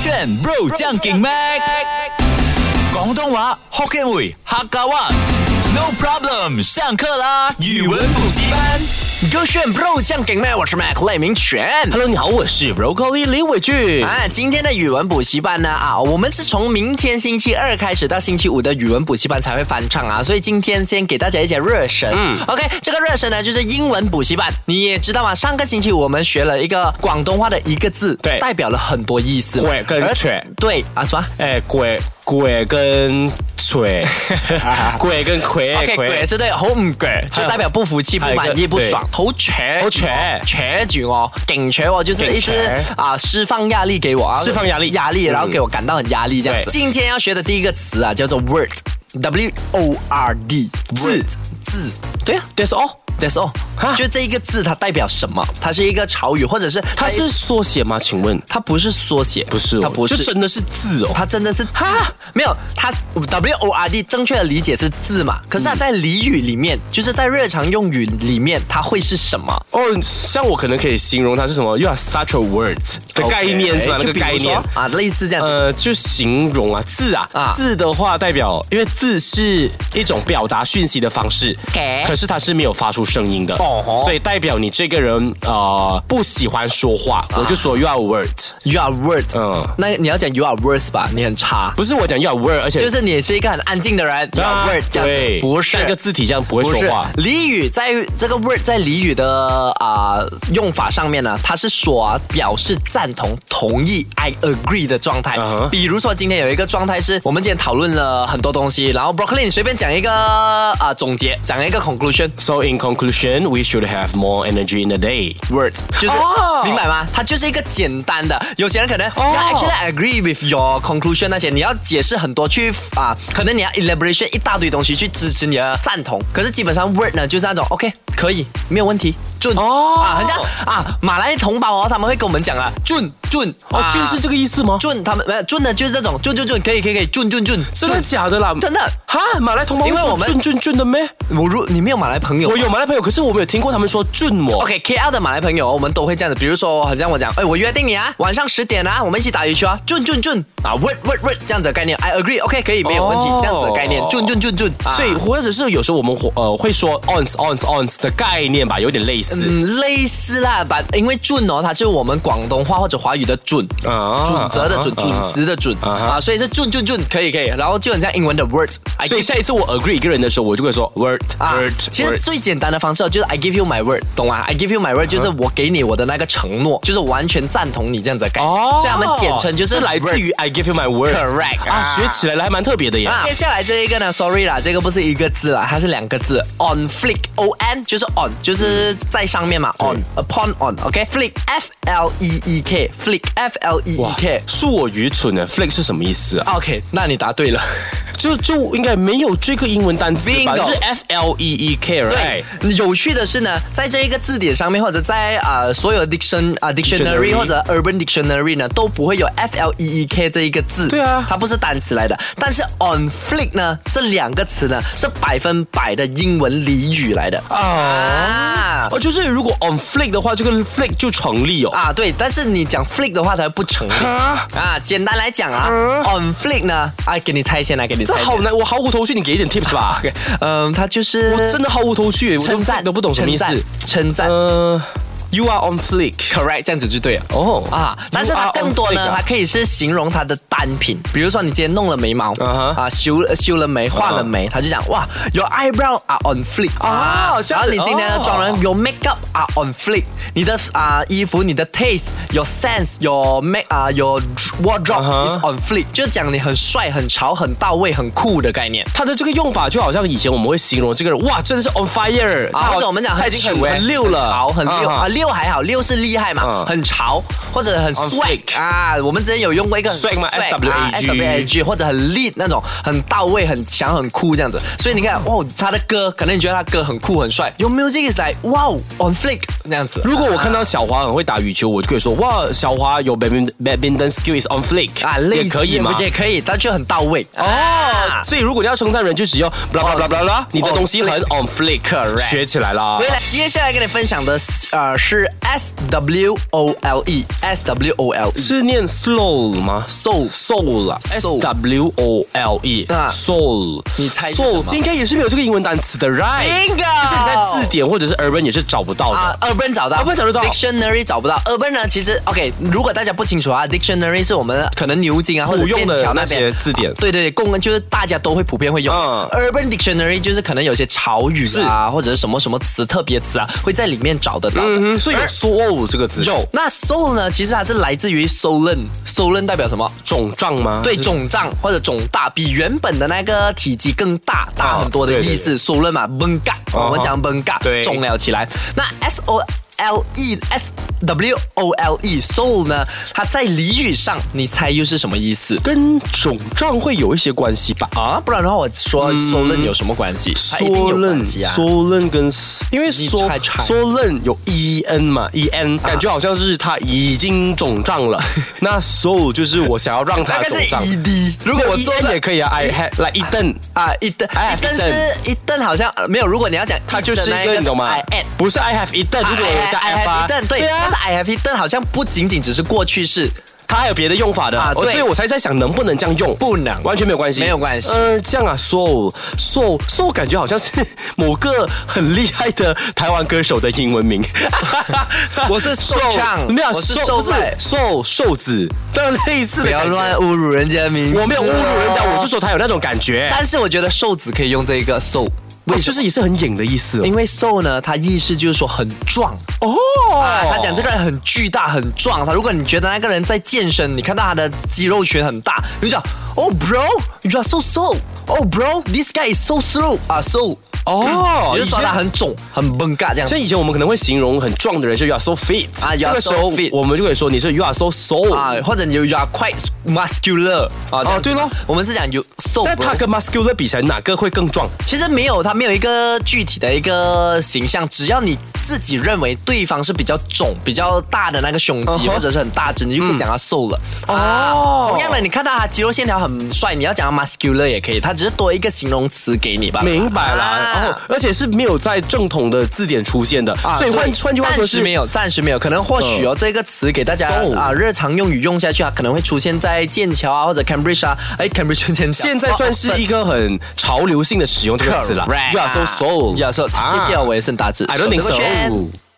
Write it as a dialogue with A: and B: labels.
A: 选 Bro 将劲 Mac，广东话 Hokkien 语客家话。No problem，上课啦！语文补习班。
B: 歌炫 Bro 酱给麦，我是 Mac 赖明全。
C: Hello，你好，我是 Broccoli 李伟俊。
B: 啊，今天的语文补习班呢啊，我们是从明天星期二开始到星期五的语文补习班才会翻唱啊，所以今天先给大家一些热身。嗯，OK，这个热身呢就是英文补习班，你也知道吗？上个星期我们学了一个广东话的一个字，
C: 对
B: 代表了很多意思嘛。
C: 鬼跟
B: 而
C: 犬
B: 对啊，什么？
C: 哎，鬼鬼跟 锤，哎鬼跟魁，
B: OK，鬼是对，好唔鬼就代表不服气、不
C: 还有一个
B: 满意、不爽，好扯，
C: 好扯
B: 扯住我，顶扯我，就是
C: 劲
B: 一直
C: 扯
B: 啊释放压力给我啊，
C: 释放压力嗯
B: 压力，然后给我感到很压力这样子。
C: 对
B: 今天要学的第一个词啊，叫做 word。W O R D 字字，对啊
C: ，That's all。
B: ，That's all，
C: 哈
B: 就这一个字它代表什么？它是一个潮语，或者是
C: 它是缩写吗？请问
B: 它不是缩写？
C: 不是哦，
B: 它不是
C: 就真的是字哦。
B: 它真的是哈，没有它 W O R D 正确的理解是字嘛？可是它在俚语里面，就是在日常用语里面，它会是什么？
C: 哦，像我可能可以形容它是什么？You are such a word 的概念是吧？那
B: 就
C: 个
B: 比如
C: 概
B: 说
C: 念。
B: 啊，类似这样子。
C: 呃，就形容啊，字啊，
B: 啊
C: 字的话代表，因为字是一种表达讯息的方式
B: OK
C: 可是它是没有发出声音的
B: 哦吼
C: 所以代表你这个人呃不喜欢说话，
B: 啊
C: 我就说 you are word，
B: You are word，
C: 嗯
B: 那你要讲 You are worse 吧？你很差，
C: 不是我讲 you are word，而且
B: 就是你是一个很安静的人。You
C: 啊
B: are word，这样子
C: 对，
B: 不是
C: 像一个字体这样不会
B: 不
C: 说
B: 是
C: 话，
B: 俚语在这个 word 在俚语的啊、用法上面呢，它是说、啊、表示赞同、同意，I agree 的状态。
C: 嗯哼
B: 比如说今天有一个状态是我们今天讨论了很多东西，然后 Broccoli 你随便讲一个啊、总结，讲一个 conclusion。
C: So in conclusion, we should have more energy in the day.
B: Word 就是、
C: 哦
B: 明白吗？它就是一个简单的。有些人可能、
C: 哦
B: yeah, actually I agree with your conclusion 那些，你要解释很多去啊，可能你要 elaboration 一大堆东西去支持你的赞同。可是基本上 word 呢就是那种 OK 可以没有问题，准
C: 哦
B: 啊，很像啊马来同胞哦，他们会跟我们讲啊准准
C: 哦，
B: 啊
C: 就是这个意思吗？
B: 准，他们没有准呢就是这种准准准可以可以可以准准准，
C: 真的
B: 准
C: 假的啦？
B: 真的
C: 哈，马来同胞
B: 因为我们
C: 俊俊俊的咩？
B: 我如你没有马来朋友吗
C: 我有马来朋友，可是我没有听过他们说俊我。
B: OK KL 的马来朋友，我们都会这样子，比如说，很像我讲，哎，我约定你啊，晚上十点啊，我们一起打羽球啊，俊俊俊啊，word word word 这样子的概念，I agree，OK，、可以，没有问题，
C: 哦
B: 这样子的概念，俊俊俊俊，啊
C: 所以，或者是有时候我们呃会说 ons ons ons 的概念吧，有点类似。
B: 嗯，类似啦，把因为准哦，它就是我们广东话或者华语的准，
C: 啊
B: 准则的准，
C: 啊
B: 准时的准
C: 啊
B: 啊，所以是俊俊俊，可以可以，然后就很像英文的 word，I
C: 哎所以
B: give-
C: 下一次我 agree 一个人的时候，我就会说 word
B: 啊
C: word。
B: 其实
C: word
B: 最简单的方式哦就是 I give you my word，懂吗？I give
C: 啊
B: you my word 就是我给你我的那个承诺，就是完全赞同你这样子的概念，所以他们简称就是
C: 哦来自
B: word
C: 于 I give you my word。
B: Correct，
C: 啊
B: 啊，
C: 学起来了还蛮特别的耶。
B: 啊，接下来这一个呢，sorry 啦，这个不是一个字啦，它是两个字，on flick，o n 就是 on，就是在上面嘛，on upon on，OK，flick、f l e e k，flick f l e e
C: 哇
B: k，，
C: 恕我愚蠢的 flick 是什么意思啊？
B: OK，那你答对了。
C: 就就应该没有这个英文单词吧？
B: Bingo
C: 就是 F L E E K，right？
B: 对， 有趣的是呢，在这一个字典上面，或者在啊、呃所有 diction 啊、
C: Dictionary
B: dictionary 或者 urban dictionary 呢，都不会有 f l e e k 这一个字。
C: 对啊
B: 它不是单词来的。但是 on flick 呢，这两个词呢是百分百的英文俚语来的。啊
C: 哦，就是如果 on flick 的话，这个 flick 就成立哦。
B: 啊，对，但是你讲 flick 的话，它不成立
C: 哈
B: 啊。简单来讲啊，on flick 呢，啊，给你猜先来，给你
C: 这
B: 猜先。
C: 好难，我毫无头绪，你给一点 tips 吧。
B: 嗯，它就是
C: 我真的毫无头绪，我都
B: 称赞，
C: 都不懂什么意思。
B: 称赞称赞
C: 呃，You are on flick。
B: ，correct，这样子就对了。
C: 哦
B: 啊，但是
C: You
B: 它
C: are on
B: 更多
C: flick
B: 呢，
C: 啊
B: 它可以是形容它的单品，比如说你今天弄了眉毛
C: 啊哈
B: 啊，修了修了眉，画了眉，他就讲哇，your eyebrow are on flick
C: 啊这样
B: 然后
C: 子
B: 你今天的
C: 哦
B: 妆容，your makeup are on flick，你的啊衣服，你的 taste，your sense，your make 啊 your wardrobe
C: 啊哈
B: is on flick，就讲你很帅、很潮、很到位、很酷的概念。
C: 它的这个用法就好像以前我们会形容这个人，哇，真的是 on fire
B: 啊，
C: 他
B: 或者我们讲
C: 他
B: 很
C: 已经
B: 糗
C: 很
B: 欸
C: 很溜了，
B: 很潮很溜啊，
C: 啊
B: 溜还好，溜是厉害嘛
C: 嗯，
B: 很潮或者很
C: fleek
B: swag 啊。我们之前有用过一个很
C: Swag 嘛
B: swag 啊
C: SWAG
B: SWAG 或者很 lead 那种，很到位、很强、很酷这样子。所以你看，哦，他的歌，可能你觉得他歌很酷很帅，有 music is like wow on flick 那样子。
C: 如果我看到小华很会打羽球，我就可以说哇，小华有 badminton badminton skill is on flick
B: 啊，
C: 也
B: 类似
C: 可以吗？
B: 也可以，但就很到位哦。啊哦
C: 所以如果你要称赞人，就使用 blah blah blah blah blah，你的东西很 on flick，
B: flick
C: 学起来啦
B: 回。来，接下来跟你分享的呃是 S W O L E S W O L E。
C: 是念 soul 吗？soul soul 啊
B: Soul
C: ，s w o l e
B: 啊
C: soul，
B: 你猜是什么
C: Soul，应该也是没有这个英文单词的，right？
B: Bingo
C: 就是你在字典或者是 urban 也是找不到
B: 啊
C: 的。
B: ，urban 找到
C: Urban 找得到
B: d i c t i o n a r y 找不到，urban 呢其实 OK，如果大家不清楚啊，dictionary 是我们可能牛津啊或者
C: 古用
B: 剑
C: 的
B: 桥那
C: 那些
B: 边
C: 字典
B: 啊对对对，共就是大家都会普遍会用。
C: 嗯
B: urban dictionary 就是可能有些潮语啊或者是什么什么词特别词啊会在里面找得到的。
C: 嗯，所以有 soul 这个字，
B: 有那 soul 呢？其实它是来自于 solen，solen 代表什么？
C: 肿胀吗？
B: 对，肿胀或者肿大，比原本的那个体积更大大很多的
C: 对对
B: 意思。收了嘛，崩嘎，
C: 哈
B: 我们讲崩嘎，
C: 哦对
B: 肿了起来。那 S O L E S W O L E soul 呢？它在俚语上，你猜又是什么意思？
C: 跟肿胀会有一些关系吧？
B: 啊，不然的话，我说 solen 有什么关系？它一定有关系啊。
C: 缩嗯论跟因为
B: 你
C: 缩
B: 猜猜啊
C: 缩论有 e n 嘛，e n 感觉好像是它已经肿胀 了。那 so 就是我想要让
B: 那
C: 它
B: 个
C: 肿
B: 是 E
C: 胀。
B: ed，如
C: 如
B: 果
C: 果
B: 我
C: 我
B: 做
C: 做
B: 了
C: 也可以啊，I had like Eden
B: 啊，一顿
C: I
B: 一
C: have
B: 顿是一顿，好像呃没有。如果你要讲 Eden 啊那，
C: 它就是一个你懂吗
B: I at，
C: 不是 I have Eden，如果我加
B: I
C: F
B: have
C: 啊
B: eaten，对，哎
C: 啊
B: 但是，I have eaten 好像不仅仅只是过去式，
C: 它还有别的用法的
B: 啊
C: 我
B: 对
C: 所以我才在想能不能这样用，
B: 不能
C: 完全没有关系，
B: 没有关系
C: 呃，这样啊，so so so 感觉好像是 某个很厉害的台湾歌手的英文名，
B: 我是瘦唱
C: 没有，
B: 我是
C: so-
B: 瘦
C: 不是
B: 妹
C: 瘦瘦子，但类似
B: 不
C: 的
B: 要
C: 感觉
B: 乱侮辱人家的名字哦
C: 我没有侮辱人家，我就，说他有那种感觉，哎
B: 但是我觉得瘦子可以用这一个瘦，为什
C: 就
B: 么？
C: 是也是很影的意思哦
B: 因为瘦呢，他意思就是说很壮
C: 哦
B: 啊，他讲这个人很巨大、很壮。他如果你觉得那个人在健身，你看到他的肌肉群很大，你就讲，Oh bro，you are so so。Oh bro，this guy is so slow 啊，so
C: 哦
B: 你就说
C: 以前
B: 他很肿、很崩嘎这样子
C: 像。以前我们可能会形容很壮的人是 you are so fit
B: 啊，you
C: 这
B: are
C: 个时
B: so
C: 候
B: fit
C: 我们就可以说你是 you are so soul
B: 啊，或者你有 you are quite muscular 啊，这样
C: 哦对咯
B: 我们是讲 you so，
C: 但它
B: bro
C: 跟 muscular 比起来，哪个会更壮？
B: 其实没有，它没有一个具体的一个形象，只要你自己认为对方是比较肿、比较大的那个胸肌
C: 嗯哼
B: 或者是很大只，你就可以讲他瘦了。啊
C: 嗯哦
B: 同样的，你看到他肌肉线条很帅，你要讲他 muscular 也可以，他只是多一个形容词给你吧。
C: 明白啦，哦
B: 啊
C: 然后而且是没有在正统的字典出现的，
B: 啊
C: 所以换
B: 对
C: 换句话说
B: 暂时没
C: 是。嗯
B: 有，暂时没有，可能或许哦，这个词给大家
C: 哦
B: 啊日常用语用下去啊，可能会出现在剑桥啊或者 Cambridge 啊，哎 Cambridge 剑桥，
C: 现在算是一个很潮流性的使用这个词了。
B: Right
C: You are so soul，
B: 要说谢谢哦，我也是达子，
C: I don't think
B: 手这个圈
C: so。